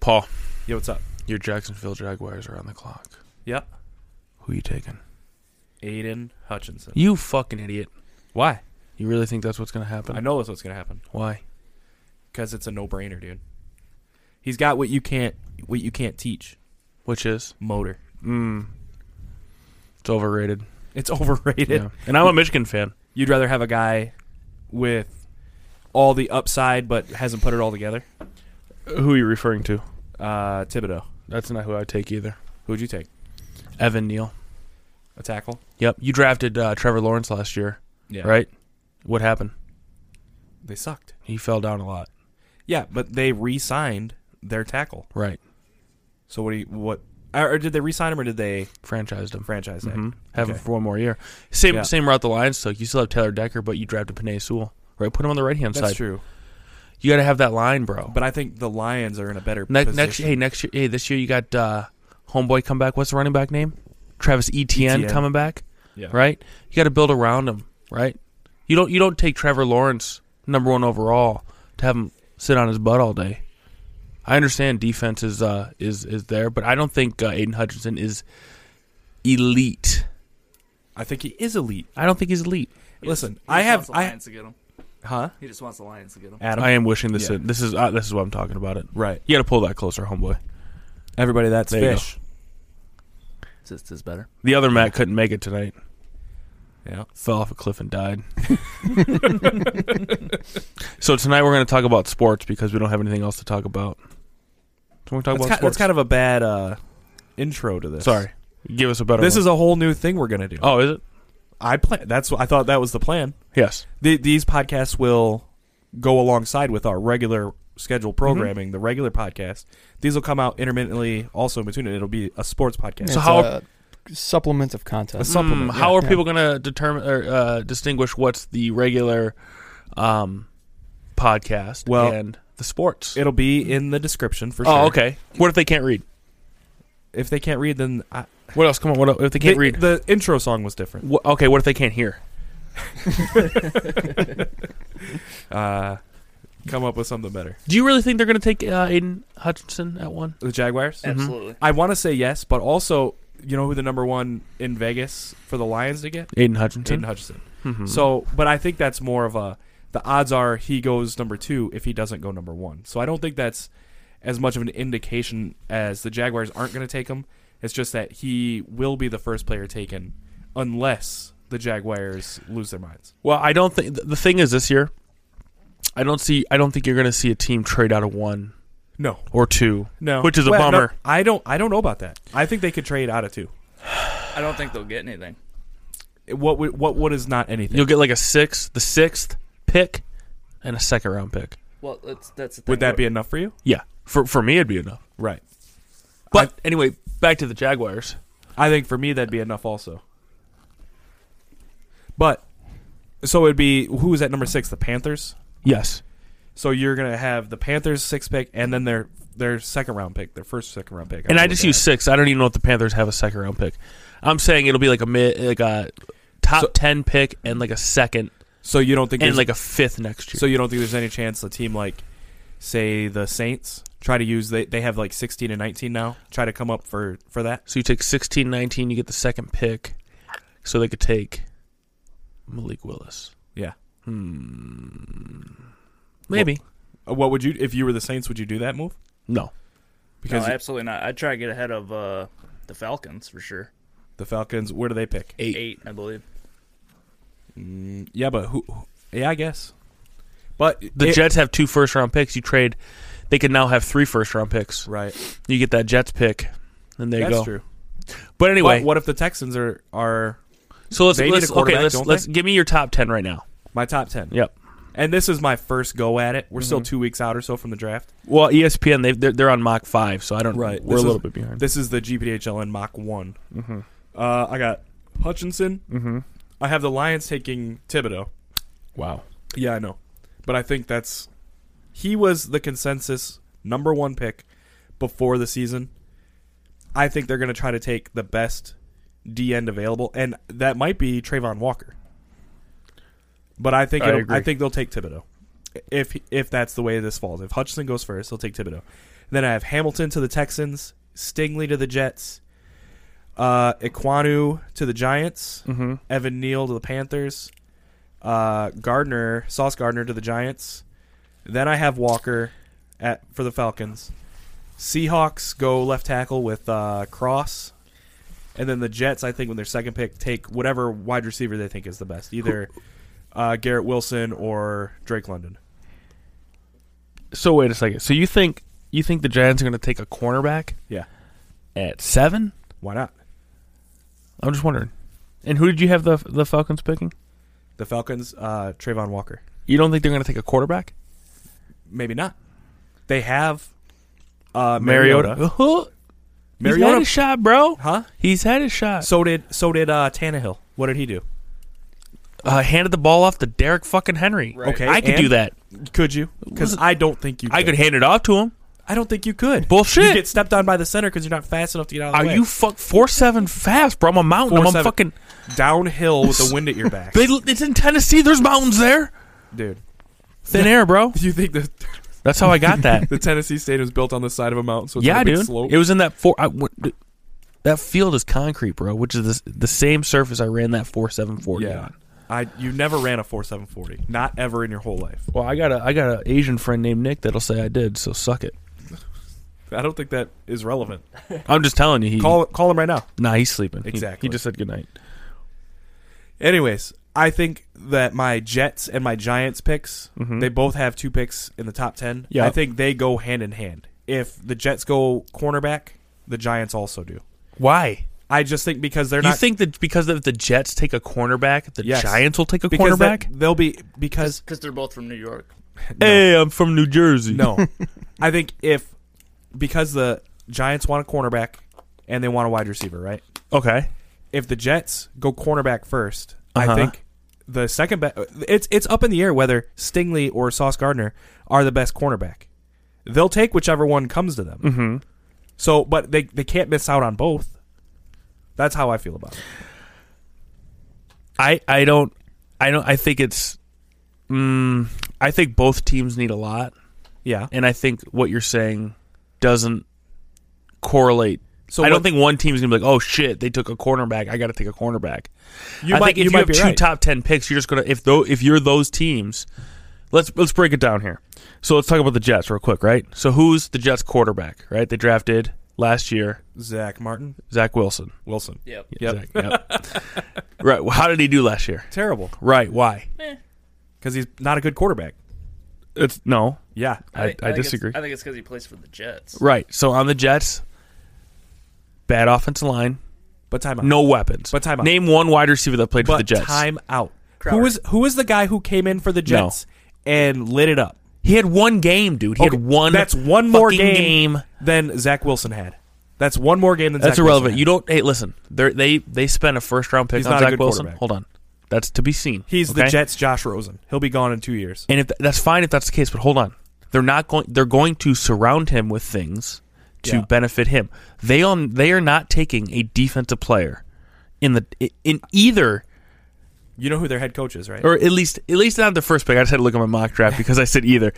Paul, Yo, what's up? your Jacksonville Jaguars are on the clock. Yeah, Who you taking? Aiden Hutchinson. You fucking idiot. Why? You really think that's what's going to happen? I know that's what's gonna happen Why? because it's a no-brainer, dude. He's got what you can't what you can't teach. Which is? Motor. Mm. It's overrated. It's overrated. yeah. And I'm a Michigan fan. You'd rather have a guy with all the upside but hasn't put it all together. Who are you referring to? Uh, Thibodeau. That's not who I would take either. Who'd you take? Evan Neal. A tackle. Yep. You drafted uh, Trevor Lawrence last year, Yeah. right? What happened? They sucked. He fell down a lot. Yeah, but they re-signed their tackle. Right. So what? Do you, what? Or or did they re-sign him or did they Franchised him. franchise tag? Mhm. Have him Okay. for one more year. Same Yeah. same route the Lions took. You still have Taylor Decker, but you drafted Panay Sewell. Right, put him on the right hand That's side. true. You got to have that line, bro. But I think the Lions are in a better Ne- position. next, hey, next year, hey, this year you got uh, homeboy come back. What's the running back name? Travis Etienne, Etienne. coming back, yeah. right? You got to build around him, right? You don't you don't take Trevor Lawrence, number one overall, to have him sit on his butt all day. I understand defense is uh, is is there, but I don't think uh, Aiden Hutchinson is elite. I think he is elite. I don't think he's elite. Listen, He just I have wants the I Lions to get him. huh He just wants the Lions to get him. Adam. I am wishing this. Yeah. In, this is uh, this is what I'm talking about. It. right. You got to pull that closer, homeboy. Everybody that's There you go. fish. Just is better. The other Matt couldn't make it tonight. Yeah. fell off a cliff and died. so tonight we're going to talk about sports because we don't have anything else to talk about. So we're going to talk That's, about ki- that's sports. kind of a bad uh, intro to this. Sorry, give us a better. This one. is a whole new thing we're gonna do. oh, is it? I plan. That's what I thought that was the plan. Yes. The, these podcasts will go alongside with our regular scheduled Mm-hmm. programming, the regular podcast. These will come out intermittently, also in between it. It'll be a sports podcast. So how- uh, supplements of A content? supplement, Mm, yeah. how are Yeah. people going to determine or uh, distinguish what's the regular um, podcast Well, and the sports? It'll be in the description for sure. oh, okay. What if they can't read? If they can't read, then I What else? Come on. What el- if they can't the, read? The intro song was different. Wha- okay. What if they can't hear? Uh, come up with something better. Do you really think they're going to take uh, Aiden Hutchinson at one? The Mm-hmm. Jaguars. Absolutely. I want to say yes, but also, you know who the number one in Vegas for the Lions to get? Aiden Hutchinson. Aiden Hutchinson. Mhm. So, but I think that's more of a the odds are he goes number two if he doesn't go number one. So I don't think that's as much of an indication as the Jaguars aren't going to take him. It's just that he will be the first player taken unless the Jaguars lose their minds. Well, I don't think th- the thing is this year. I don't see. I don't think you're going to see a team trade out of one No, or two. no, Which is a Well, no, bummer. I don't, I don't know about that. I think they could trade out of two. I don't think they'll get anything. What, would- what, what is not anything? You'll get like a sixth, the sixth pick, and a second round pick. Well, that's that's the thing. Would that be enough for you? Yeah, for for me, it'd be enough. Right. But anyway, back to the Jaguars. I think for me that'd be enough also. But so it'd be who was at number six? The Panthers. Yes, So you're gonna have the Panthers six pick and then their their second round pick, their first second round pick. and I don't just know use what six. I don't even know if the Panthers have a second round pick. I'm saying it'll be like a mid, like a top So- ten pick, and like a second, that- So you don't think and there's, like a fifth next year. so you don't think there's any chance a team like say the Saints try to use they they have like 16 and 19 now try to come up for for that. So you take 16, 19, you get the second pick. So they could take Malik Willis. Yeah. Hmm. Maybe. Uh, What would you if you were the Saints? Would you do that move? no. Because no, absolutely not. I'd try to get ahead of uh, the Falcons for sure. the Falcons, where do they pick? Eight. Eight, I believe. Mm, yeah, but who? who- Yeah, I guess. But The it- Jets have two first round picks. You trade. They could now have three first round picks. right? You get that Jets pick. And there you That's go. true. But anyway, But what if the Texans are are so let's, they need let's a quarterback, okay. Let's don't let's give me your top ten right now. my top ten? Yep. Mm-hmm. And this is my first go at it. We're still two weeks out or so from the draft. Well, E ESPN they they're, they're on Mach five, so I don't. Right. We're This a little is- bit behind. This is the GPDHL and Mach One. Uh, I got Hutchinson. mm-hmm. I have the Lions taking Thibodeau. Wow. Yeah, I know, but I think that's he was the consensus number one pick before the season. I think they're going to try to take the best D end available, and that might be Trayvon Walker. But I think I it'll- I, agree. think they'll take Thibodeau if if that's the way this falls. If Hutchinson goes first, they'll take Thibodeau. Then I have Hamilton to the Texans, Stingley to the Jets, uh, Iquanu to the Giants, Mm-hmm. Evan Neal to the Panthers, uh, Gardner Sauce Gardner to the Giants. Then I have Walker at for the Falcons. Seahawks go left tackle with uh, Cross, and then the Jets. I think when their second pick, take whatever wide receiver they think is the best, either uh, Garrett Wilson or Drake London. So wait a second. So you think you think the Giants are going to take a cornerback? Yeah. At seven, Why not? I'm just wondering. And who did you have the the Falcons picking? The Falcons, uh, Trayvon Walker. You don't think they're going to take a quarterback? Maybe not. They have uh, Mariota. Mariota. He's had Mariota- his shot, bro. Huh? He's had his shot. So did so did uh, Tannehill. What did he do? Uh, handed the ball off to Derek fucking Henry. Right. Okay, I could do and? that. Could you? Because I don't think you. Could. I could hand it off to him. I don't think you could. You Bullshit. get stepped on by the center because you're not fast enough to get out. of the Are way. you fuck four seven fast, bro? I'm a mountain. I'm a 4'7". fucking. downhill with the wind at your back, They, it's in Tennessee. There's mountains there. dude? Thin air, bro. Do you think the That's how I got that. the Tennessee Stadium is built on the side of a mountain? So it's yeah, a big dude. slope. It was in that four. I, what, dude, that field is concrete, bro, which is the, the same surface I ran that four seven forty yeah. on. I you never ran a four seven forty, not ever in your whole life. Well, I got a I got an Asian friend named Nick that'll say I did. So suck it. I don't think that is relevant. I'm just telling you. He Call call him right now. nah, he's sleeping. He- Exactly. He, just said goodnight. Anyways, I think that my Jets and my Giants picks, Mhm. they both have two picks in the top 10. Yeah. I think they go hand in hand. If the Jets go cornerback, the Giants also do. Why? I just think because they're you not think that because if the Jets take a cornerback, the Yes. Giants will take a because that- cornerback? they'll be because because they're both from New York. Hey, I'm from New Jersey. no. I think if because the Giants want a cornerback and they want a wide receiver, right? Okay. If the Jets go cornerback 1st Uh-huh. I think the second best it's it's up in the air whether Stingley or Sauce Gardner are the best cornerback. They'll take whichever one comes to them. Mm-hmm. So, but they they can't miss out on both. That's how I feel about it. I I don't I don't I think it's mm, I think both teams need a lot Yeah. and I think what you're saying doesn't correlate. So I what- don't think one team's going to be like, "Oh shit, they took a cornerback. I got to take a cornerback." You I might think if you you, might have be two right. top 10 picks, you're just going to if though if you're those teams, let's let's break it down here. So let's talk about the Jets real quick, right? So who's the Jets quarterback, right? They drafted last year Zach Martin Zach Wilson. Wilson. Yep. Yep. Zach, yep. right. Well, how did he do last year? Terrible Right. Why? because he's not a good quarterback. It's no. Yeah. I, I, think- think it's- disagree. I think it's because he plays for the Jets. right. So on the Jets, bad offensive line, But timeout. no weapons. But timeout. Name one wide receiver that played for But the Jets. time out. Who Crowder. was who was the guy who came in for the Jets and lit it up? He had one game, dude. He Okay, had one. That's one more fucking game, game. than Zach Wilson had. That's one more game than That's Zach irrelevant. Wilson You don't. Hey, listen. They're, they they spent a first round pick He's on not a Zach good Wilson. quarterback. Hold on. That's to be seen. He's the okay? Jets' Josh Rosen. He'll be gone in two years. And if th- that's fine, if that's the case, but hold on, they're not going. They're going to surround him with things to Yeah. benefit him. They on they are not taking a defensive player in the i- in either You know who their head coach is, right? or at least at least not the first pick. I just had to look at my mock draft because I said either.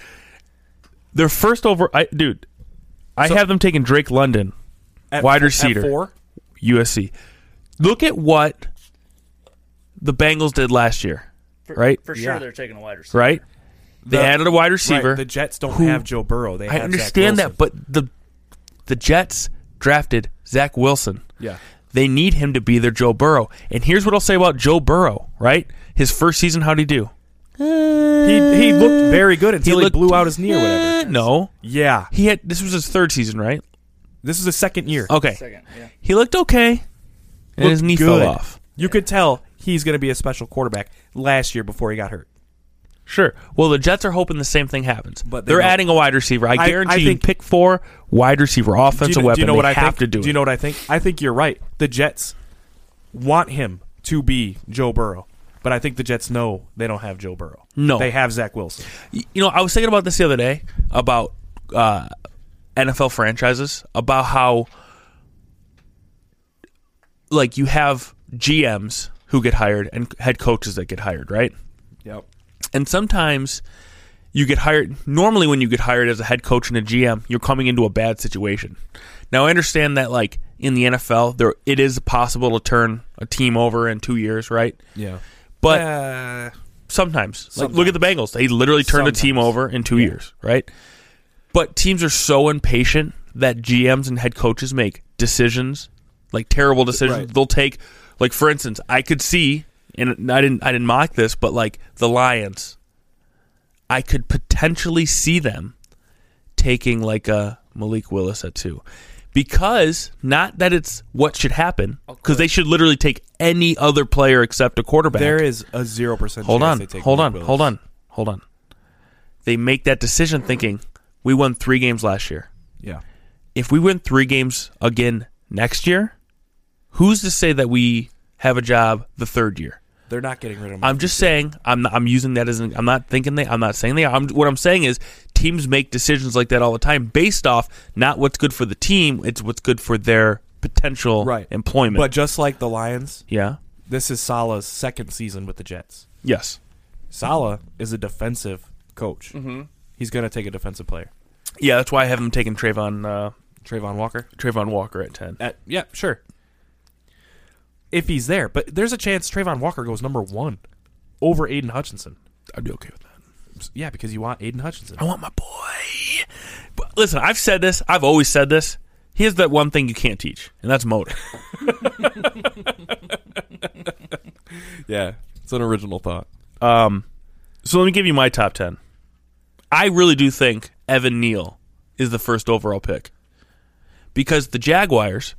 Their first over, I, dude. I So- have them taking Drake London, At- wide at receiver. four. USC. Look at what the Bengals did last year, For, right? For sure, Yeah. they're taking a wide receiver. Right? They The- added a wide Right, receiver. the Jets don't who- have Joe Burrow. They I have understand Zach that, but the the Jets drafted Zach Wilson. yeah, They need him to be their Joe Burrow. And here's what I'll say about Joe Burrow, right? His first season, how'd he do? he he looked very good until he, looked- blew out his knee or whatever. Eh, No. Yeah, He had this was his third season, right? this is the second year. Okay. Second. Yeah. He looked okay. And Looked his knee good. fell off. You could tell he's going to be a special quarterback. Last year before he got hurt, Sure. Well, the Jets are hoping the same thing happens. But But they they are don't. adding a wide receiver. I I guarantee you think- pick four wide receiver do you, offensive do you weapon. know what they I have think? to do. you know what I think? I think you're right. The Jets want him to be Joe Burrow, but I think the Jets know they don't have Joe Burrow. No. they have Zach Wilson. Y- You know, I was thinking about this the other day about uh, NFL franchises, about how like you have GMs who get hired and head coaches that get hired, right? Yep. And sometimes you get hired. Normally, when you get hired as a head coach and a GM, you're coming into a bad situation. Now, I understand that, like in the NFL, there it is possible to turn a team over in two years, right? Yeah. But Uh, sometimes. Like, look at the Bengals. They literally turned a team Sometimes. over in two Yeah. years, right? But teams are so impatient that GMs and head coaches make decisions, like terrible decisions. Right. They'll take, like for instance, I could see, and I didn't, I didn't mock this, but like the Lions, I could potentially see them taking like a Malik Willis at two. Because not that it's what should happen, because they should literally take any other player except a quarterback there is a zero percent. hold chance on, They take hold Malik on, Willis. hold on, hold on. They make that decision thinking we won three games last year. Yeah. If we win three games again next year, who's to say that we have a job the third year? They're not getting rid of him. I'm just saying I'm not, I'm using that as an, I'm not thinking they I'm not saying they are. I'm, what I'm saying is teams make decisions like that all the time based off not what's good for the team, it's what's good for their potential Right. employment. but just like the Lions, yeah. this is Salah's second season with the Jets. Yes. Salah is a defensive coach. Mm-hmm. He's going to take a defensive player. Yeah, that's why I haven't taken Trayvon uh, Trayvon Walker. Trayvon Walker at 10. At, yeah, sure. If he's there, but there's a chance Trayvon Walker goes number one over Aiden Hutchinson. I'd be okay with that. Yeah, because you want Aiden Hutchinson. I want my boy. But listen, I've said this. I've always said this. Here's that one thing you can't teach, and that's motive. Yeah, it's an original thought. Um, so let me give you my top ten. I really do think Evan Neal is the first overall pick because the Jaguars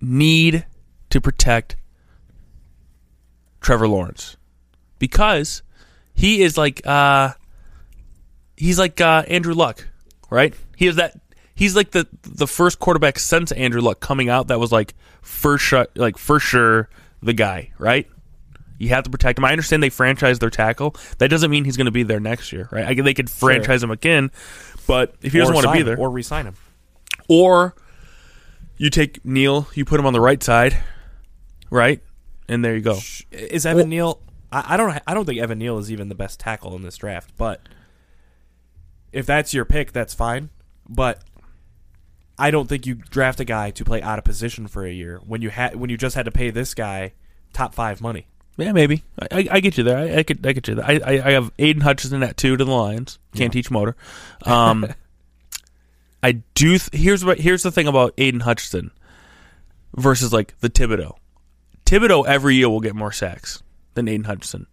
need to protect Trevor Lawrence because he is like uh, he's like uh, Andrew Luck, right? He is that. He's like the the first quarterback since Andrew Luck coming out that was like for sure, like for sure the guy, right? You have to protect him. I understand they franchise their tackle. That doesn't mean he's going to be there next year, right? I, they could franchise him again, but if he doesn't want to be there, or resign him. or you take Neil, you put him on the right side, right, and there you go. Is Evan Neal? I, I don't. I don't think Evan Neal is even the best tackle in this draft. But if that's your pick, that's fine. But I don't think you draft a guy to play out of position for a year when you had when you just had to pay this guy top five money. Yeah, maybe. I, I, I get you there. I, I could. I get you there. I, I, I have Aiden Hutchinson at two to the Lions. Can't teach motor. Um, I do. Th- here's what. Here's the thing about Aiden Hutchinson versus like the Thibodeau. Thibodeau every year will get more sacks than Aiden Hutchinson.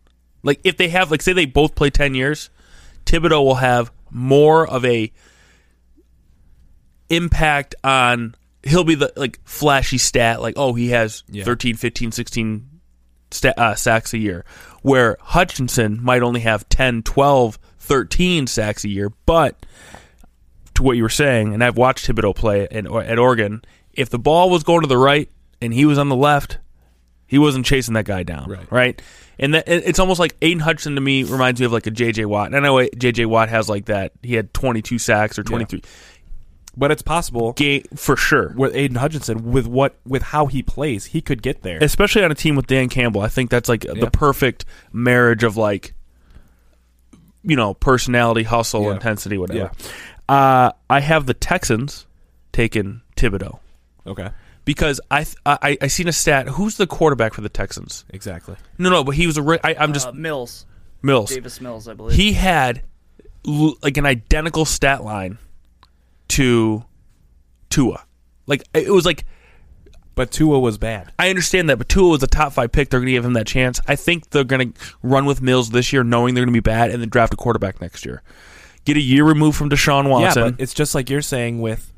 Like if they have like say they both play ten years, Thibodeau will have more of a impact on. He'll be the like flashy stat like oh he has Yeah. thirteen, fifteen, sixteen. 13, 15, 16 sta uh, sacks a year, where Hutchinson might only have 10, 12, 13 sacks a year. But to what you were saying, and I've watched Thibodeau play in, or- at Oregon, if the ball was going to the right and he was on the left, he wasn't chasing that guy down, Right. And that it- it's almost like Aiden Hutchinson to me reminds me of like a J.J. Watt. And I know J.J. Watt has like that. He had 22 sacks or 23 But it's possible game for sure. with Aiden Hutchinson with what with how he plays, he could get there. especially on a team with Dan Campbell. I think that's like Yeah. the perfect marriage of like, you know, personality, hustle, Yeah. intensity, whatever. Uh, I have the Texans taking Thibodeau Okay, because I th- I I- I seen a stat. Who's the quarterback for the Texans? exactly. No, no, but he was a. Re- I, I'm just Uh, Mills, Mills. Davis Mills, I believe. He had l- like an identical stat line to Tua. Like it was like But Tua was bad. I understand that, but Tua was a top five pick. They're going to give him that chance. I think they're going to run with Mills this year, knowing they're going to be bad, and then draft a quarterback next year. Get a year removed from Deshaun Yeah, Watson. but it's just like you're saying with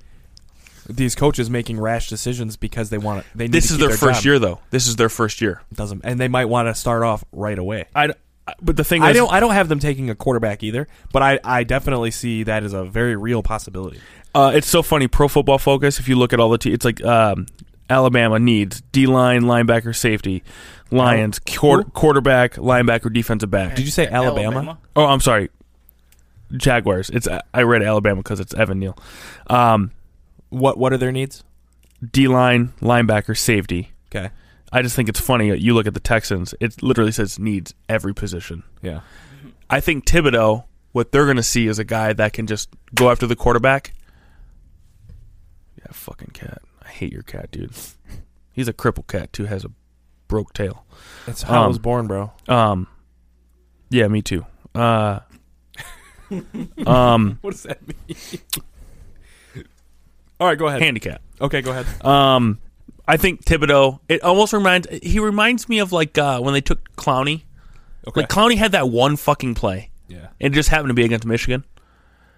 these coaches making rash decisions because they want to. They need this to is keep their, first job. year, though. This is their first year. doesn't, and they might want to start off right away. I, I- but the thing I is, don't. I don't have them taking a quarterback either, but I, I definitely see that as a very real possibility. uh, it's so funny. Pro Football Focus. If you look at all the, te- it's like um, Alabama needs D line, linebacker, safety, Lions quar- Who? quarterback, linebacker, defensive back. Did you say Alabama? Oh, I'm sorry. Jaguars. It's I read Alabama because it's Evan Neal. Um, What What are their needs? D line, linebacker, safety. Okay, I just think it's funny. that You look at the Texans; it literally says needs every position. Yeah. I think Thibodeau, what they're going to see is a guy that can just go after the quarterback. Yeah, fucking cat. I hate your cat, dude. He's a crippled cat too. Has a broke tail. That's how I Um, was born, bro. Um, yeah, me too. Uh, um, What does that mean? All right, go ahead. handicap. Okay, go ahead. Um, I think Thibodeau. It almost reminds. He reminds me of like uh, when they took Clowney. Okay. Like Clowney had that one fucking play, yeah. and it just happened to be against Michigan.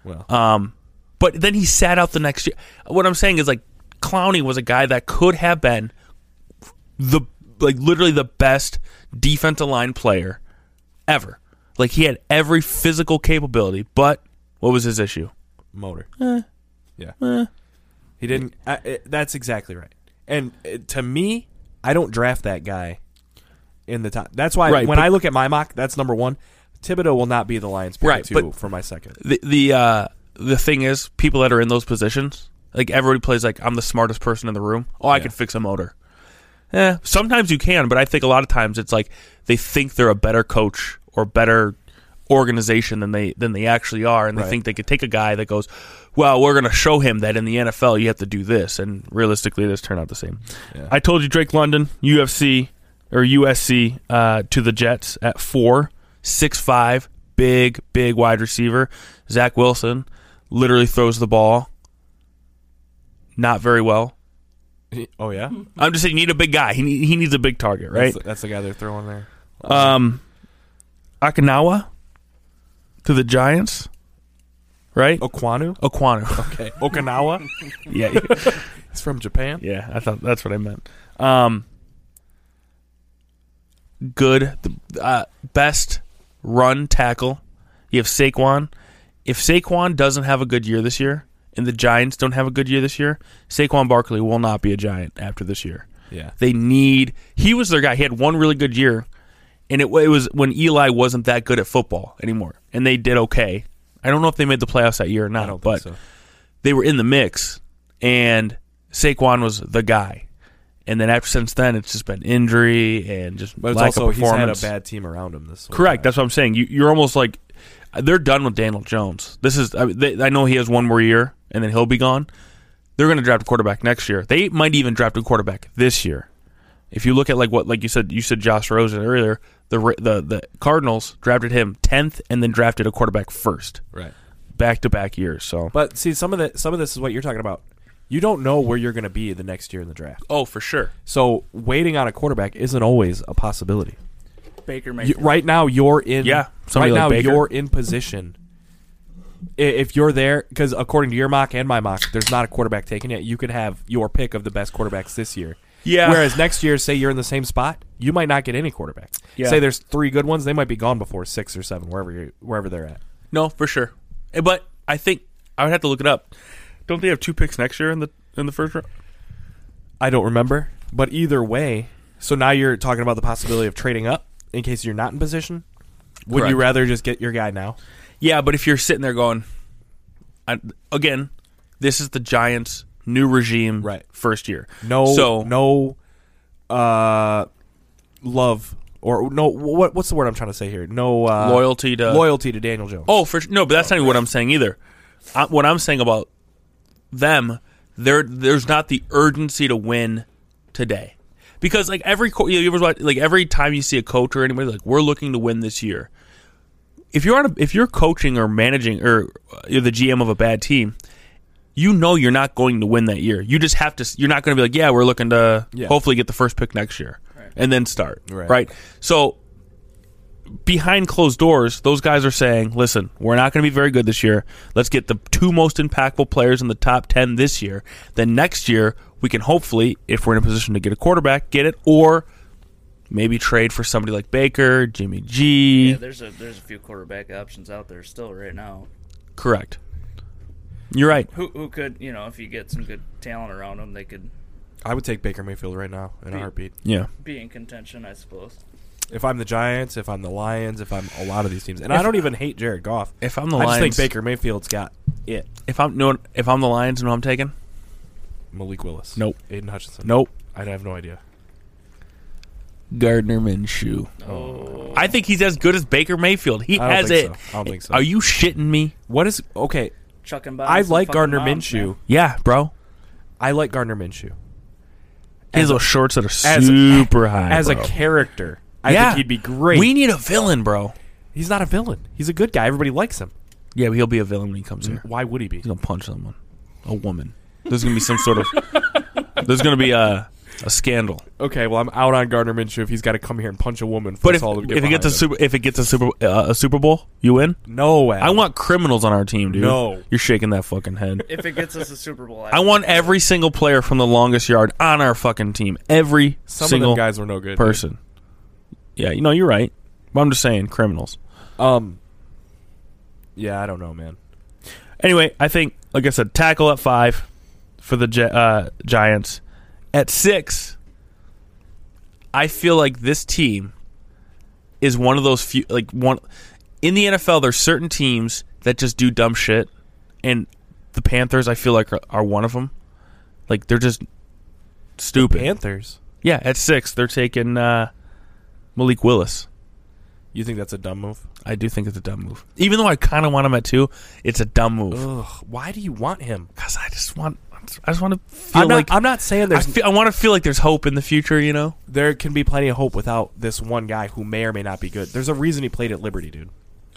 Well. Um, but then he sat out the next year. What I'm saying is like Clowney was a guy that could have been the like literally the best defensive line player ever. Like he had every physical capability, but what was his issue? motor. Eh. yeah. He didn't. I, I- that's exactly right. And uh, to me, I don't draft that guy in the top. That's why Right, when but- I look at my mock, that's number one. Thibodeau will not be the Lions pick Right, two but- for my second. The the uh, the thing is, people that are in those positions, like everybody plays like I'm the smartest person in the room. Oh, I Yeah. could fix a motor. Eh, sometimes you can, but I think a lot of times it's like they think they're a better coach or better organization than they than they actually are, and they Right. think they could take a guy that goes, "Well, we're going to show him that in the NFL you have to do this," and realistically, it does turn out the same. Yeah. I told you Drake London, UFC or USC uh, to the Jets at four, six five, big big wide receiver. Zach Wilson literally throws the ball not very well. oh yeah, I'm just saying, you need a big guy. He need, he needs a big target, right? That's, the, that's the guy they're throwing there. Um, Akinawa to the Giants, right? Okwanu. Okwanu. Okay. Okinawa. yeah, He's from Japan. yeah. I thought that's what I meant. Um, good, the, uh, best run tackle. You have Saquon. If Saquon doesn't have a good year this year, and the Giants don't have a good year this year, Saquon Barkley will not be a Giant after this year. Yeah. They need. He was their guy. He had one really good year, and it, it was when Eli wasn't that good at football anymore, and they did okay. I don't know if they made the playoffs that year or not, I don't but think so. they were in the mix, and Saquon was the guy. And then after since then, it's just been injury and just But it's lack also of he's had a performance. bad team around him this. whole Correct. time. That's what I'm saying. You, you're almost like they're done with Daniel Jones. This is. I, mean, they, I know he has one more year, and then he'll be gone. They're going to draft a quarterback next year. They might even draft a quarterback this year. If you look at like what like you said, you said Josh Rosen earlier. The Ra- the the Cardinals drafted him tenth, and then drafted a quarterback first, right. back to back years. So. But see, some of the some of this is what you're talking about. You don't know where you're going to be the next year in the draft. Oh, for sure. So waiting on a quarterback isn't always a possibility. Baker You, Mayfield. right now, you're in. Yeah, Right somebody like now, Baker. you're in position. I- If you're there, because according to your mock and my mock, there's not a quarterback taken yet. You could have your pick of the best quarterbacks this year. Yeah. Whereas next year, say you're in the same spot, you might not get any quarterback. Yeah. Say there's three good ones, they might be gone before six or seven, wherever you wherever they're at. No, for sure. Eh, But I think I would have to look it up. Don't they have two picks next year in the in the first round? I don't remember. But either way, so now you're talking about the possibility of trading up in case you're not in position. Would you Correct. rather just get your guy now? Yeah, but if you're sitting there going, I, again, this is the Giants' new regime, Right. First year, No, So no, uh, love or no. What what's the word I'm trying to say here? No uh, loyalty to loyalty to Daniel Jones. Oh, for sure. No, but that's not even what I'm saying either. I, what I'm saying about them, there, there's not the urgency to win today, because like every co- you ever watch, like every time you see a coach or anybody like we're looking to win this year. If you're on a, if you're coaching or managing or uh, you're the GM of a bad team, you know you're not going to win that year. You just have to. s- You're not going to be like, yeah, we're looking to Yeah. hopefully get the first pick next year, and then start Right. right. So behind closed doors, those guys are saying, listen, we're not going to be very good this year. Let's get the two most impactful players in the top 10 this year. Then next year, we can hopefully, if we're in a position to get a quarterback, get it, or maybe trade for somebody like Baker, Jimmy G. Yeah, there's a there's a few quarterback options out there still right now. Correct. You're right. Who who could you know if you get some good talent around them, they could I would take Baker Mayfield right now in a Be- heartbeat. Yeah. be in contention, I suppose. If I'm the Giants, if I'm the Lions, if I'm a lot of these teams, and I If- don't even hate Jared Goff. If I'm the I just Lions, think Baker Mayfield's got it. If I'm no, if I'm the Lions, you know what I'm taking? Malik Willis. Nope. Aiden Hutchinson. Nope. I have no idea. Gardner Minshew. Oh. I think he's as good as Baker Mayfield. He I don't has think it. so. I don't think so. Are you shitting me? What is okay? Chucking bombs I and like fucking Gardner bombs, Minshew. man. Yeah, bro. I like Gardner Minshew He has As a- those shorts that are as a- super high. as bro. a character. I Yeah. think he'd be great. we need a villain, bro. He's not a villain. He's a good guy. Everybody likes him. Yeah, but he'll be a villain when he comes here. Why would he be? He's gonna punch someone, a woman. There's gonna be some sort of. There's gonna be a a scandal. Okay, well I'm out on Gardner Minshew if he's got to come here and punch a woman. For But us if, all to get if it gets a behind him. super if it gets a super uh, a Super Bowl, you win. no way. I want criminals on our team, dude. No. you're shaking that fucking head. If it gets us a Super Bowl, I want every single player from the longest yard on our fucking team. Every some of single them guys were no good. person. Yeah, you know you're right. But I'm just saying criminals. Um. Yeah, I don't know, man. Anyway, I think like I said, tackle at five for the Gi- uh, Giants. At six, I feel like this team is one of those few like one in the NFL. There's certain teams that just do dumb shit, and the Panthers I feel like are, are one of them. Like they're just stupid. Panthers. yeah, at six they're taking uh, Malik Willis. You think that's a dumb move? I do think it's a dumb move. Even though I kind of want him at two, it's a dumb move Ugh. Why do you want him? because I just want I just want to feel I'm not. like I'm not saying I, there's feel, I want to feel like there's hope in the future. You know, there can be plenty of hope without this one guy who may or may not be good. There's a reason he played at Liberty, dude.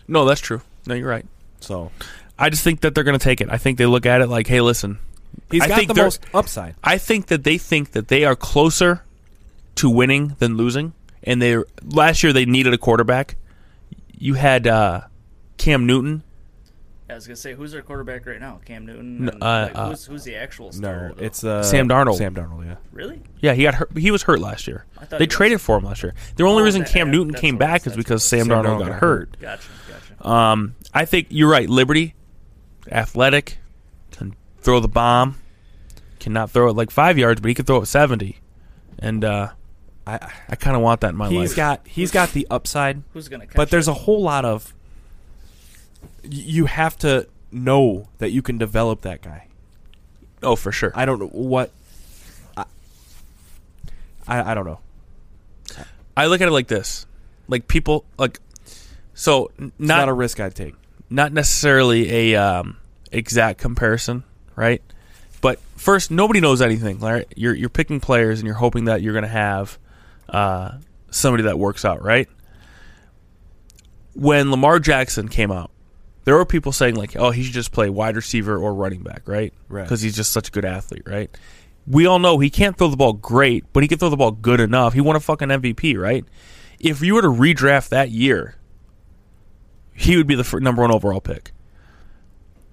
no, that's true. No, you're right. So I just think that they're going to take it. I think they look at it like, hey, listen, he's I got think the they're- most upside. I think that they think that they are closer to winning than losing. And they last year they needed a quarterback. You had uh, Cam Newton. I was gonna say, who's our quarterback right now? Cam Newton. No, and, uh, like, uh, who's, who's the actual star? No, it's uh, Sam Darnold. Sam Darnold, yeah. really. Yeah, he got hurt. He was hurt last year. I thought They he was- traded for him last year. The only Oh, reason that- Cam that- Newton that's came what it back is, is that's because what Sam Darnold got hurt. Gotcha, gotcha. uh, Um, I think you're right. Liberty, athletic, can throw the bomb. Cannot throw it like five yards, but he can throw it seventy. And uh, I, I kind of want that in my he's life. got he's got the upside, Who's gonna? Catch but there's it? a whole lot of y- you have to know that you can develop that guy. oh, for sure. I, I don't know what. I, I, I don't know. look at it like this: like people, like so n- It's not, not a risk I'd take. not necessarily a um, exact comparison, right? But first, nobody knows anything. Right? You're you're picking players and you're hoping that you're going to have uh, somebody that works out, right? When Lamar Jackson came out, there were people saying like, "Oh, he should just play wide receiver or running back," right? Right. Because he's just such a good athlete, right? We all know he can't throw the ball great, but he can throw the ball good enough. He won a fucking MVP, right? If you were to redraft that year, he would be the fir- number one overall pick.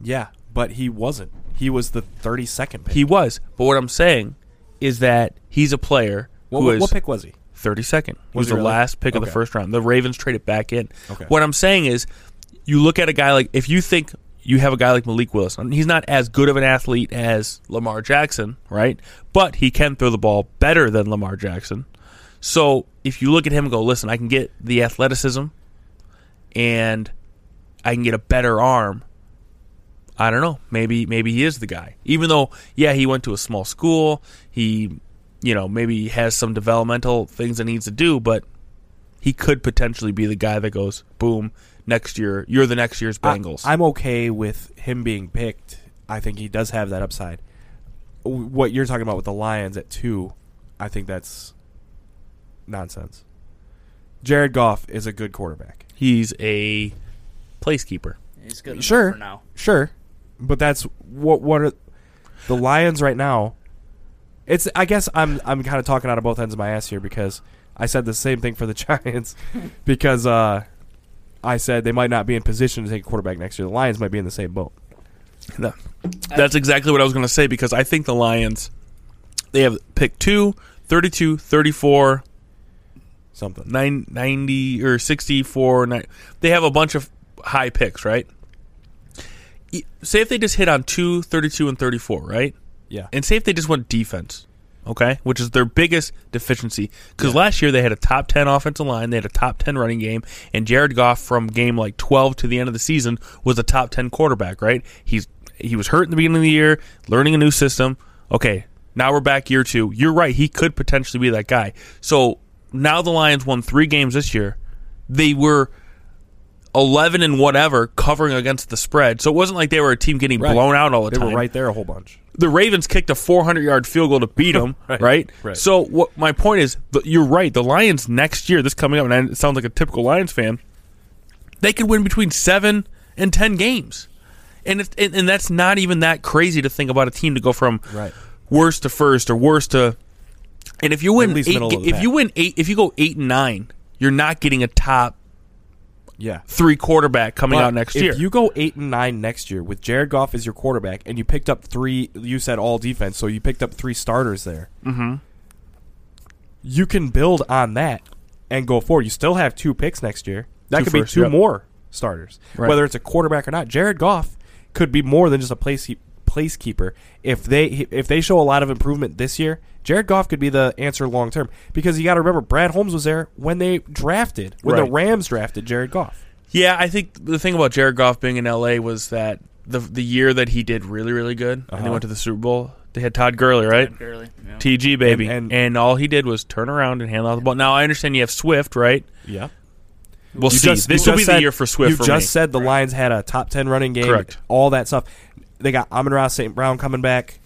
Yeah, but he wasn't. He was the 32nd pick. He was, but what I'm saying is that he's a player what, who what, is what pick was he? 32nd. He Was was he the really? last pick of the Okay. first round. The Ravens traded back in. Okay. What I'm saying is, you look at a guy like if you think you have a guy like Malik Willis, and he's not as good of an athlete as Lamar Jackson, right? But he can throw the ball better than Lamar Jackson. So if you look at him and go, listen, I can get the athleticism, and I can get a better arm. I don't know. Maybe maybe he is the guy. Even though, yeah, he went to a small school. He, you know, maybe he has some developmental things that he needs to do, but he could potentially be the guy that goes boom next year. You're the next year's Bengals. I, am okay with him being picked. I think he does have that upside. W- What you're talking about with the Lions at two, I think that's nonsense. Jared Goff is a good quarterback. He's a placekeeper. He's good enough Sure. for now. Sure, but that's what what are the Lions right now? It's I guess I'm I'm kind of talking out of both ends of my ass here because I said the same thing for the Giants because uh, I said they might not be in position to take a quarterback next year. The Lions might be in the same boat. No. That's exactly what I was going to say because I think the Lions they have pick 2, 32, 34, Something. nine, 90 or 64 nine, they have a bunch of high picks right E- say if they just hit on 2 32 and 34 right Yeah. and say if they just went defense okay which is their biggest deficiency because last year they had a top 10 offensive line they had a top 10 running game and jared goff from game like 12 to the end of the season was a top 10 quarterback right he's he was hurt in the beginning of the year learning a new system okay now we're back year two you're right he could potentially be that guy so now the Lions won three games this year. They were eleven and whatever covering against the spread, so it wasn't like they were a team getting Right. blown out all the They time. were right there a whole bunch. The Ravens kicked a 400 yard field goal to beat them, right, Right, right. So what my point is, th- you're right. The Lions next year, this coming up, and I- it sounds like a typical Lions fan. They could win between seven and ten games, and it's, and, and that's not even that crazy to think about a team to go from Right. worst to first or worst to and if you win least eight, middle of the if pack. you win eight, if you go eight and nine, you're not getting a top Yeah. three quarterback coming But out next year. If you go eight and nine next year with Jared Goff as your quarterback, and you picked up three, you said all defense, so you picked up three starters there. Mm-hmm. You can build on that and go forward. You still have two picks next year. That Two could first, be two yep. more starters, Right. whether it's a quarterback or not. Jared Goff could be more than just a place placekeeper. If they if they show a lot of improvement this year, Jared Goff could be the answer long term. Because you got to remember, Brad Holmes was there when they drafted when Right. the Rams drafted Jared Goff. yeah, I think the thing about Jared Goff being in L.A. was that the the year that he did really really good and they Uh-huh. went to the Super Bowl, they had Todd Gurley, right? Barely. Yeah. TG baby, and, And- and- all he did was turn around and handle out the ball. Now I understand you have Swift, right? Yeah. We'll You see. just- this you will be just the said- year for Swift You for just me. said the Lions had a top ten running game. Correct. All that stuff. They got Amon Ross St. Brown coming back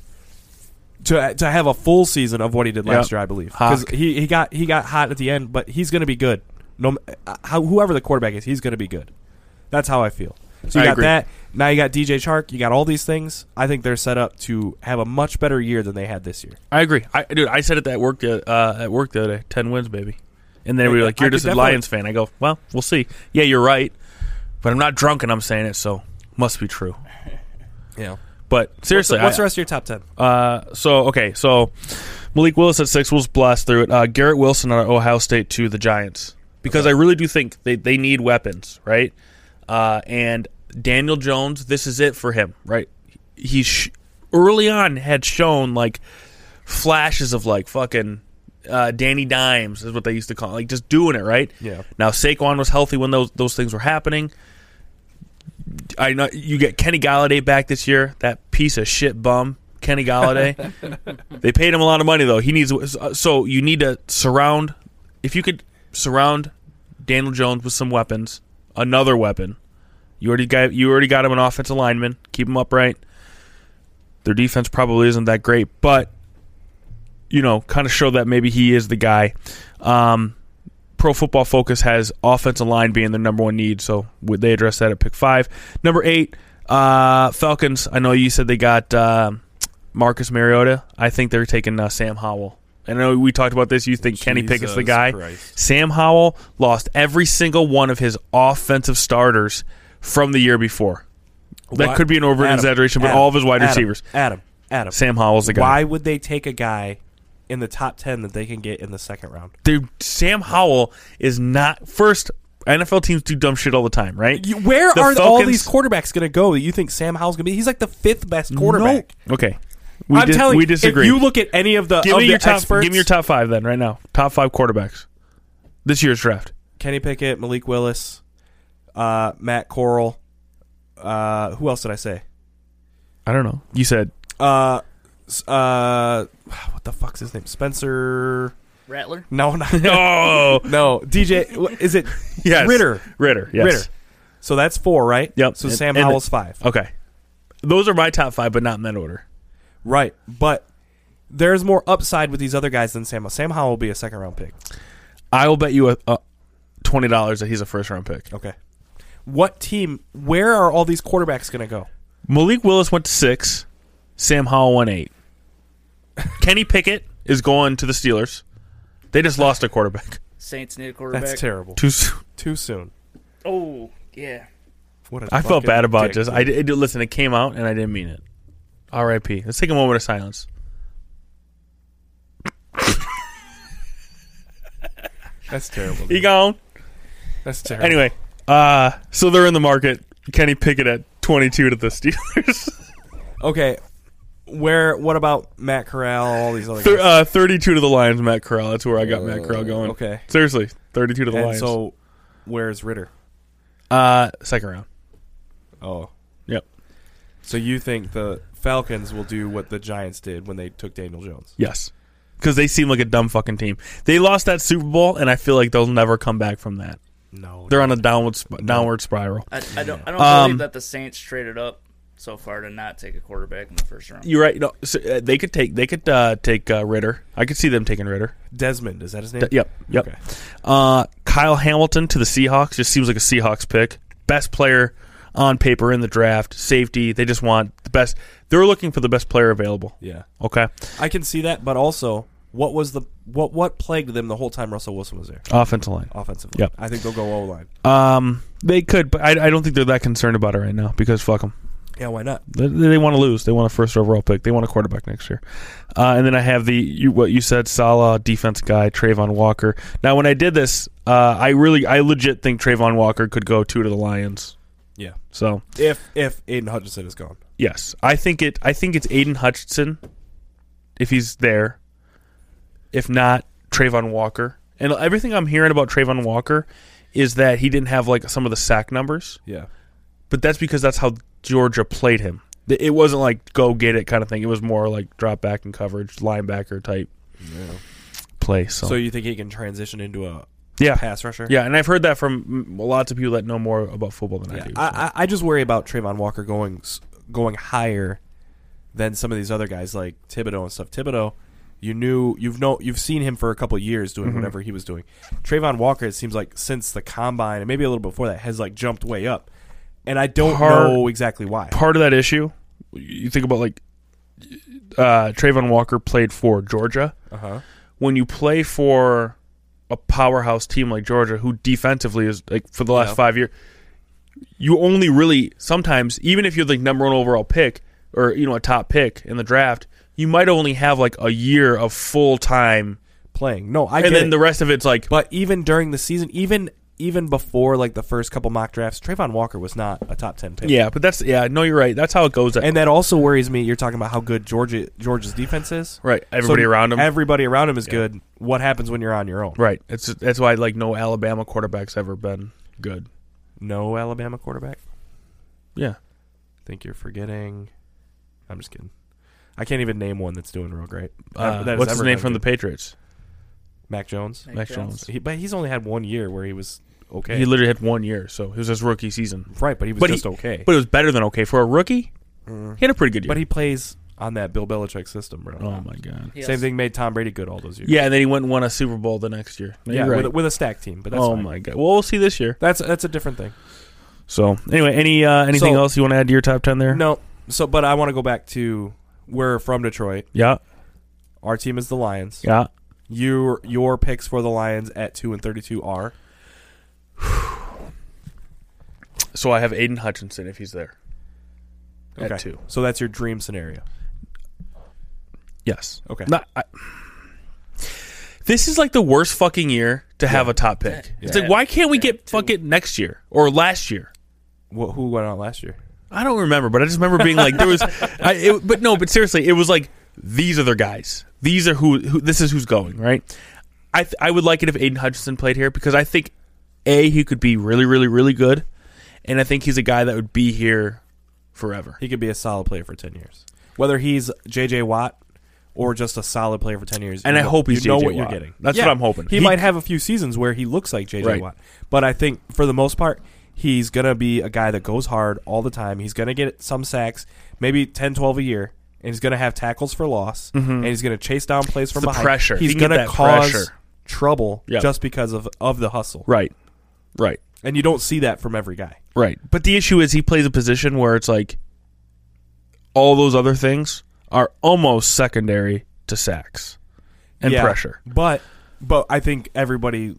to to have a full season of what he did last Yep. year, I believe. Hawk. he, he got he got hot at the end, but he's going to be good. No, m- uh, how, whoever the quarterback is, he's going to be good. That's how I feel. So you I got agree. that. Now you got DJ Chark. You got all these things. I think they're set up to have a much better year than they had this year. I agree, I, dude. I said it at work the, uh, at work the other day. Ten wins, baby. And then we were like, I "You're could just a definitely- Lions fan." I go, "Well, we'll see." Yeah, you're right, but I'm not drunk and I'm saying it, so must be true. Yeah. But seriously, what's the I- rest of your top ten? uh, so okay, so Malik Willis at six was blessed through it. Uh, Garrett Wilson out of Ohio State to the Giants because I really do think they they need weapons, right? Uh, and Daniel Jones, this is it for him, right? He sh- early on had shown like flashes of like fucking uh, Danny Dimes is what they used to call it, like just doing it right. Yeah. Now Saquon was healthy when those those things were happening. I know you get Kenny Galladay back this year. That piece of shit bum, Kenny Galladay. they paid him a lot of money though. He needs so you need to surround. If you could surround Daniel Jones with some weapons, another weapon. You already got you already got him an offensive lineman. Keep him upright. Their defense probably isn't that great, but you know, kind of show that maybe he is the guy. Um, Pro Football Focus has offensive line being their number one need, so would they address that at pick five? Number eight, uh, Falcons. I know you said they got uh, Marcus Mariota. I think they're taking uh, Sam Howell. I know we talked about this. You think Kenny Pickett's the Jesus guy? Christ. Sam Howell lost every single one of his offensive starters from the year before. That Why- could be an over Adam, exaggeration, but Adam, all of his wide Adam, receivers. Adam, Adam, Sam Howell's the guy. Why would they take a guy in the top ten that they can get in the second round? Dude, Sam Howell is not first. NFL teams do dumb shit all the time, right? where The are all Falcons- these quarterbacks going to go? that You think Sam Howell's going to be? He's like the fifth best quarterback. No. Okay, we I'm dis- telling you, we disagree. If you look at any of the give of me the your top. experts, Give me your top five then, right now. Top five quarterbacks this year's draft. Kenny Pickett, Malik Willis, uh, Matt Corral. Uh, who else did I say? I don't know. You said Uh, s- uh, what the fuck's his name? Spencer? Rattler. No, not, no. no. DJ, what- is it oh, yes, Ritter? Ritter. Yes. Ritter. So that's four, right? Yep. So And- Sam and- Howell's five. Okay, those are my top five, but not in that order. Right. But there's more upside with these other guys than Sam Howell. Sam Howell will be a second round pick. I will bet you a, a twenty dollars that he's a first round pick. Okay. What team, where are all these quarterbacks going to go? Malik Willis went to six. Sam Howell went eight. Kenny Pickett is going to the Steelers. They just lost a quarterback. Saints need a quarterback. That's terrible. Too, Too soon. too soon. Oh yeah. What a I felt fucking bad about dick, just. dude. I did, listen. It came out and I didn't mean it. R.I.P. Let's take a moment of silence. That's terrible. You dude. gone. That's terrible. Anyway, uh, so they're in the market. Kenny Pickett at twenty-two to the Steelers. Okay. Where, what about Matt Corral, all these other Thir- guys? uh, Thirty-two to the Lions. Matt Corral. That's where I got Matt Corral going. okay. Seriously, thirty-two to the And Lions. so where's Ritter? uh, second round. Oh. Yep. So you think the Falcons will do what the Giants did when they took Daniel Jones? Yes. because they seem like a dumb fucking team. They lost that Super Bowl, and I feel like they'll never come back from that. No, They're on a downward sp- downward spiral. I, I don't. I don't Um, believe that the Saints traded up so far to not take a quarterback in the first round. You're right. No, so, uh, they could take they could uh, take uh, Ritter. I could see them taking Ritter. Desmond. Is that his name? D- yep, yep. Okay. Uh, Kyle Hamilton to the Seahawks just seems like a Seahawks pick. Best player on paper in the draft. Safety. They just want the best. They're looking for the best player available. Yeah, Okay, I can see that. But also, what was the what what plagued them the whole time Russell Wilson was there? offensive line. Offensively, Yep. I think they'll go O line. Um, they could, but I, I don't think they're that concerned about it right now because fuck them. Yeah, why not? They, they want to lose. They want a first overall pick. They want a quarterback next year. Uh, and then I have the you, what you said, Salah defense guy, Trayvon Walker. Now, when I did this, uh, I really, I legit think Trayvon Walker could go two to the Lions. Yeah, So if if Aiden Hutchinson is gone, yes, I think it. I think it's Aiden Hutchinson if he's there. If not, Trayvon Walker. And everything I'm hearing about Trayvon Walker is that he didn't have like some of the sack numbers. yeah, but that's because that's how Georgia played him. Th- It wasn't like go get it kind of thing. It was more like drop back and coverage, linebacker type play. So, So, you think he can transition into a yeah, pass rusher? yeah. And I've heard that from mm, lots of people that know more about football than I Yeah, do. so. I, I I just worry about Trayvon Walker going s- going higher than some of these other guys like Thibodeau and stuff. Thibodeau, you knew you've know you've seen him for a couple of years Mm-hmm. doing whatever he was doing. Trayvon Walker, it seems like since the combine and maybe a little before that, has like jumped way up, and I don't Part- know exactly why. Part of that issue, you think about like uh, Trayvon Walker played for Georgia. Uh-huh. When you play for a powerhouse team like Georgia, who defensively is like for the last Yeah. five years, you only really sometimes, even if you're the number one overall pick or you know a top pick in the draft, you might only have like a year of full time, Playing no, I and get then it. the rest of it's like But even during the season, even even before like the first couple mock drafts, Trayvon Walker was not a top ten pick. yeah. But that's yeah, no, you're right. That's how it goes. And that also worries me. You're talking about how good Georgia Georgia's defense is. right, everybody So around him. Everybody around him is good. What happens when you're on your own? right, it's that's why like no Alabama quarterback's ever been good. No Alabama quarterback. Yeah. I think you're forgetting. I'm just kidding. I can't even name one that's doing real great. Uh, That has what's his ever name been from the good. Patriots? Mac Jones? Mac Jones. He, but he's only had one year where he was okay. He literally had one year, so it was his rookie season. right, but he was but he- just okay. But it was better than okay for a rookie. Mm. He had a pretty good year. But he plays on that Bill Belichick system, bro. oh my god. Yes. Same thing made Tom Brady good all those years. Yeah, and then he went and won a Super Bowl the next year. yeah, You're right. with, a- with a stack team. But that's oh fine. my god. Well, we'll see this year. That's that's a different thing. So anyway, any uh, anything So- else you want to add to your top ten there? No, so but I want to go back to we're from Detroit. Yeah, Our team is the Lions. yeah. Your your picks for the Lions at two and thirty two are So I have Aiden Hutchinson if he's there. Okay. At two. So that's your dream scenario. Yes. Okay. Not, I, this is like the worst fucking year to have a top pick. It's Yeah. like why can't we get two. fuck it next year or last year? Wh- who went out last year? I don't remember, but I just remember being like, there was, I, it, but no, but seriously, it was like these are their guys. These are who, who this is who's going right. I th- I would like it if Aiden Hutchinson played here because I think a he could be really really really good, and I think he's a guy that would be here forever. He could be a solid player for ten years. Whether he's JJ Watt or just a solid player for ten years, And you I know- hope he's you know J.J. what Watt. you're getting. That's what I'm hoping. He, He- might have a few seasons where he looks like JJ Right. Watt, but I think for the most part, he's gonna be a guy that goes hard all the time. He's gonna get some sacks, maybe 10, 12 a year. And he's going to have tackles for loss, and he's going to chase down plays from Mm-hmm. the behind. pressure. He's He can get going to that cause pressure. trouble Yeah. just because of, of the hustle. Right, right, And you don't see that from every guy. right. But the issue is he plays a position where it's like all those other things are almost secondary to sacks and Yeah, pressure. But but I think everybody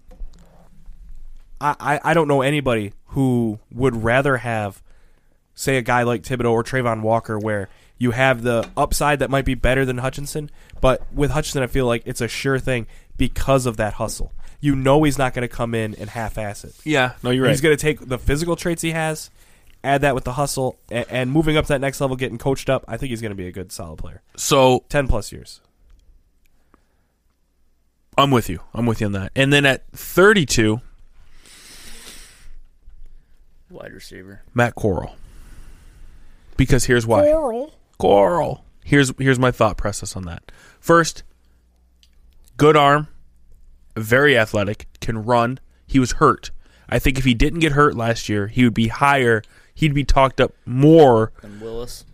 I, I, I don't know anybody who would rather have say a guy like Thibodeau or Trayvon Walker where you have the upside that might be better than Hutchinson, but with Hutchinson I feel like it's a sure thing because of that hustle. You know he's not gonna come in and half ass it. Yeah, no, you're He's going to take the physical traits he has, add that with the hustle, and, and moving up to that next level, getting coached up. I think he's going to be a good, solid player. So Ten plus years. I'm with you. I'm with you on that. And then at 32, Wide receiver. Matt Coral. Because here's why. Coral. Coral. Here's here's my thought process on that. First, good arm, very athletic, can run. He was hurt. I think if he didn't get hurt last year, he would be higher. He'd be talked up more And Willis.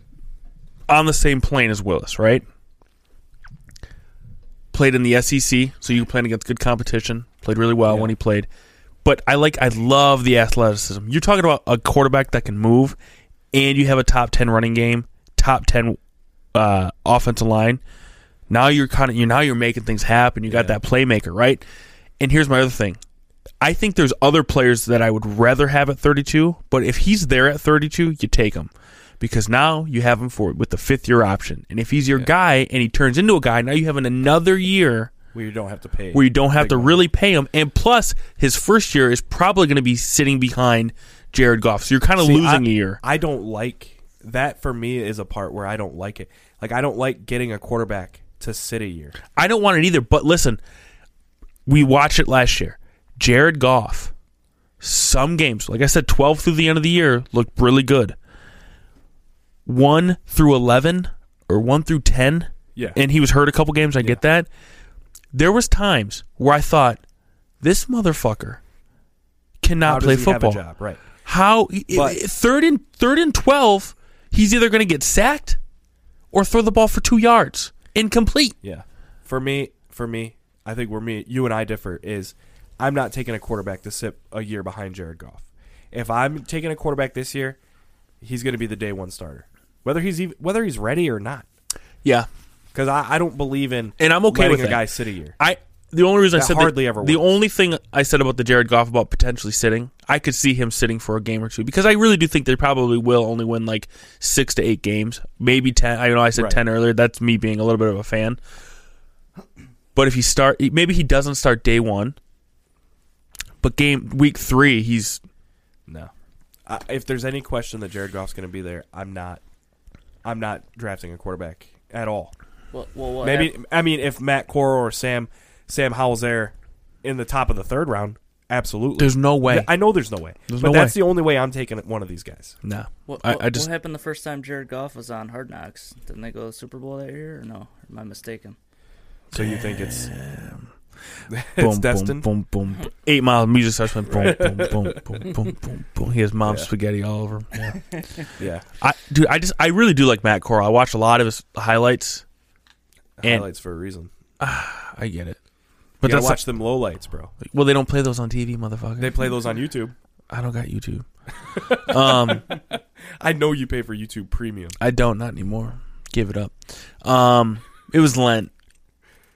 on the same plane as Willis, right? Played in the SEC, so you played against good competition. Played really well when he played. But I like, I love the athleticism. You're talking about a quarterback that can move, and you have a top ten running game, top ten uh, offensive line. Now you're kind of you now you're making things happen. You got Yeah. that playmaker, right? And here's my other thing. I think there's other players that I would rather have at 32, but if he's there at 32, you take him because now you have him for with the fifth year option. And if he's your guy and he turns into a guy, now you have an, another year We don't have to pay. where you don't have Big to money. really pay him. And plus, his first year is probably going to be sitting behind Jared Goff, so you're kind of See, losing I, a year. I don't like that. For me, is a part where I don't like it. Like I don't like getting a quarterback to sit a year. I don't want it either. But listen, we watched it last year. Jared Goff, some games, like I said, 12 through the end of the year looked really good. 1 through 11 or 1 through 10. Yeah. And he was hurt a couple games. I get that. There was times where I thought, this motherfucker cannot How does play he football. Have a job? Right. How i- But- i- third and third and twelve, he's either going to get sacked or throw the ball for two yards, incomplete. Yeah. For me, for me, I think where me, you and I differ is I'm not taking a quarterback to sit a year behind Jared Goff. If I'm taking a quarterback this year, he's going to be the day one starter, whether he's even, whether he's ready or not. Yeah, Because I, I don't believe in And I'm okay letting with a that. guy sit a year. I the only reason I That said hardly the, ever the works. only thing I said about the Jared Goff about potentially sitting, I could see him sitting for a game or two because I really do think they probably will only win like six to eight games, maybe ten. I know I said Right. ten earlier. That's me being a little bit of a fan. But if he start, maybe he doesn't start day one, but game week three, he's No. I, if there's any question that Jared Goff's going to be there, I'm not. I'm not drafting a quarterback at all. Well, well, what Maybe hap- I mean if Matt Cora or Sam Sam Howell's there in the top of the third round, absolutely. there's no way. I know there's no way. There's but no that's way. the only way I'm taking one of these guys. no, what, I, what- I just what happened the first time Jared Goff was on Hard Knocks? Didn't they go to the Super Bowl that year? Or no, am I mistaken? So you think it's boom, it's destined? boom, boom, boom. Eight Mile music starts playing. Boom, boom, boom, boom, boom, boom, boom. He has mom's Yeah. spaghetti all over him. Yeah. Yeah. I dude, I just I really do like Matt Corral. I watch a lot of his highlights. And- Highlights for a reason. I get it, but But you gotta that's watch them lowlights, bro. well, they don't play those on TV, motherfucker. They play those on YouTube. I don't got YouTube. um, I know you pay for YouTube Premium, I don't not anymore. Give it up. Um, it was Lent.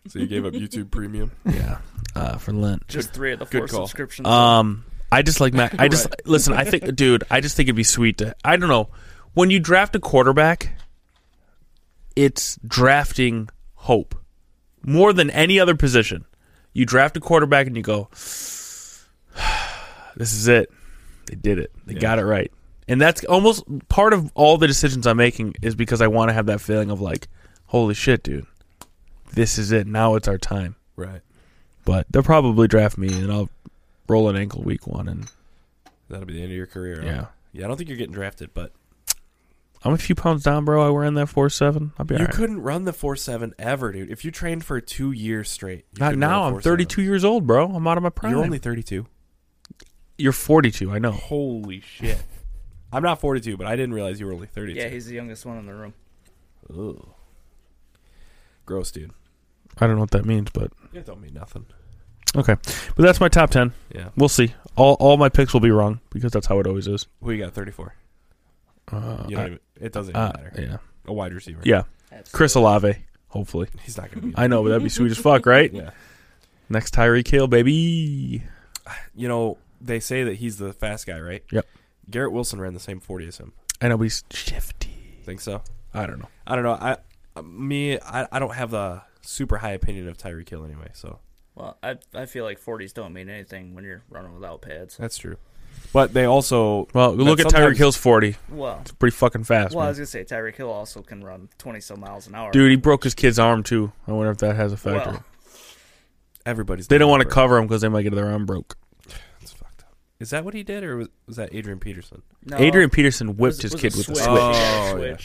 so you gave up YouTube Premium. Yeah, uh, for Lent. Just three of the good four call. subscriptions. Um, I just like Matt. I just listen. I think, dude. I just think it'd be sweet to. I don't know. When you draft a quarterback, it's drafting hope more than any other position. You draft a quarterback and you go, "This is it. They did it. They Yeah. got it right." And that's almost part of all the decisions I'm making is because I want to have that feeling of like, "Holy shit, dude, this is it. Now it's our time." Right. but they'll probably draft me and I'll roll an ankle week one and That'll be the end of your career. huh? yeah. Yeah, I don't think you're getting drafted, but I'm a few pounds down, bro. I wear in that four seven. I'll be you alright. couldn't run the four seven ever, dude. If you trained for two years straight, you Not couldn't now. run a I'm 4.7. 32 years old, bro. I'm out of my prime. You're only 32. You're 42. I know. Holy shit. I'm not 42, but I didn't realize you were only 32. yeah, he's the youngest one in the room. Ugh. Gross, dude. I don't know what that means, but It don't mean nothing. okay. But that's my top ten. Yeah. We'll see. All all my picks will be wrong because that's how it always is. Who you got? 34. Uh, You don't even, it doesn't I- even uh, matter. yeah, A wide receiver. yeah. Absolutely. Chris Olave. Hopefully, He's not going to be I know, but that'd be sweet as fuck, right? Yeah. Next Tyree Kill, baby. You know, they say that he's the fast guy, right? Yep. Garrett Wilson ran the same 40 as him. And I'll be shifty. Think so? I don't know. I don't know. I uh, me I, I don't have the super high opinion of Tyreek Hill anyway, so Well, I I feel like 40s don't mean anything when you're running without pads. that's true. But they also Well, look at Tyreek sometimes- Hill's 40. Well, It's pretty fucking fast. well, man. I was gonna say Tyreek Hill also can run 20 some miles an hour. Dude, he broke his kid's arm too. I wonder if that has a factor. Well, everybody's they don't want to different, cover him because they might get their arm broke. bro. It's fucked up. Is that what he did or was, was that Adrian Peterson? no, Adrian Peterson whipped his was- was kid with a Uh, switch. switch. Oh, Yeah, yeah.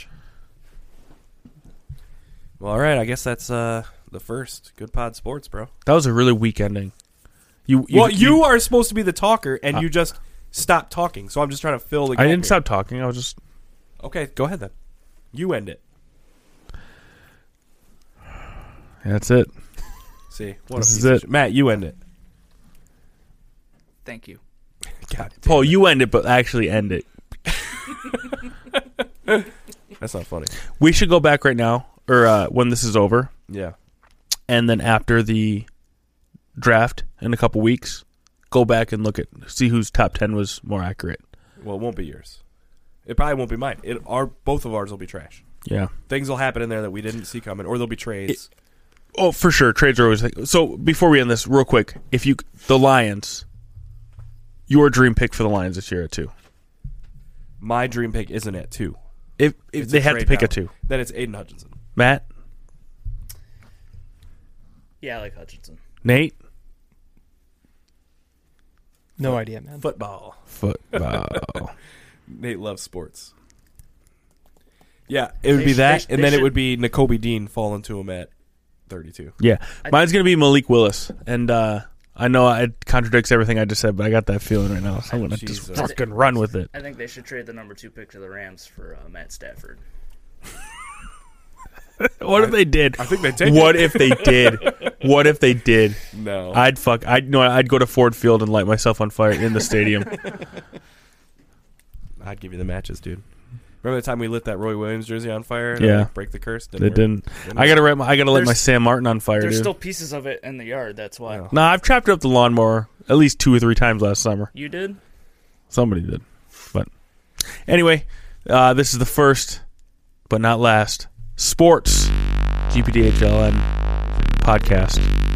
Well, all right. I guess that's uh the first. Good pod sports, bro. That was a really weak ending. You, Uh, well, you are supposed to be the talker, and you just stopped talking. So I'm just trying to fill the. I gap didn't here. stop talking. I was just Okay, go ahead then. You end it. that's it. See, what This is a piece of it. shit. Matt. You end it. Thank you. God, damn Paul, it. you end it, but actually end it. That's not funny. We should go back right now, or uh, when this is over, Yeah. and then after the draft in a couple weeks, go back and look at see whose top ten was more accurate. Well, it won't be yours. It probably won't be mine. It our both of ours will be trash. Yeah. Things will happen in there that we didn't see coming, or there'll be trades. Oh, for sure. Trades are always. Like, so before we end this, real quick, if you the Lions, your dream pick for the Lions this year at two. My dream pick isn't at two. If, if It's they a had to trade pick now. a two, Then it's Aiden Hutchinson. Matt, Yeah, I like Hutchinson. Nate, No idea, man. Football. football. Nate loves sports. Yeah, it would be should- that, they- and they then it should- would be N'Kobe Dean falling to him at thirty-two. yeah, mine's gonna be Malik Willis, and uh, I know it contradicts everything I just said, but I got that feeling right now, so I'm gonna just Jesus. fucking run with it. I think they should trade the number two pick to the Rams for uh, Matt Stafford. What if they did? I think they did. What if they did? What if they did? No. I'd fuck. I'd no. I'd go to Ford Field and light myself on fire in the stadium. I'd give you the matches, dude. Remember the time we lit that Roy Williams jersey on fire? And Yeah. like, break the curse. They work? didn't. Didn't I work. gotta. wrap my- I gotta light my There's- Sam Martin on fire, There's dude. still pieces of it in the yard. That's why Yeah. Nah, I've chopped up the lawnmower at least two or three times last summer. you did. Somebody did. But anyway, uh, this is the first, but not last, sports GPDHLN podcast.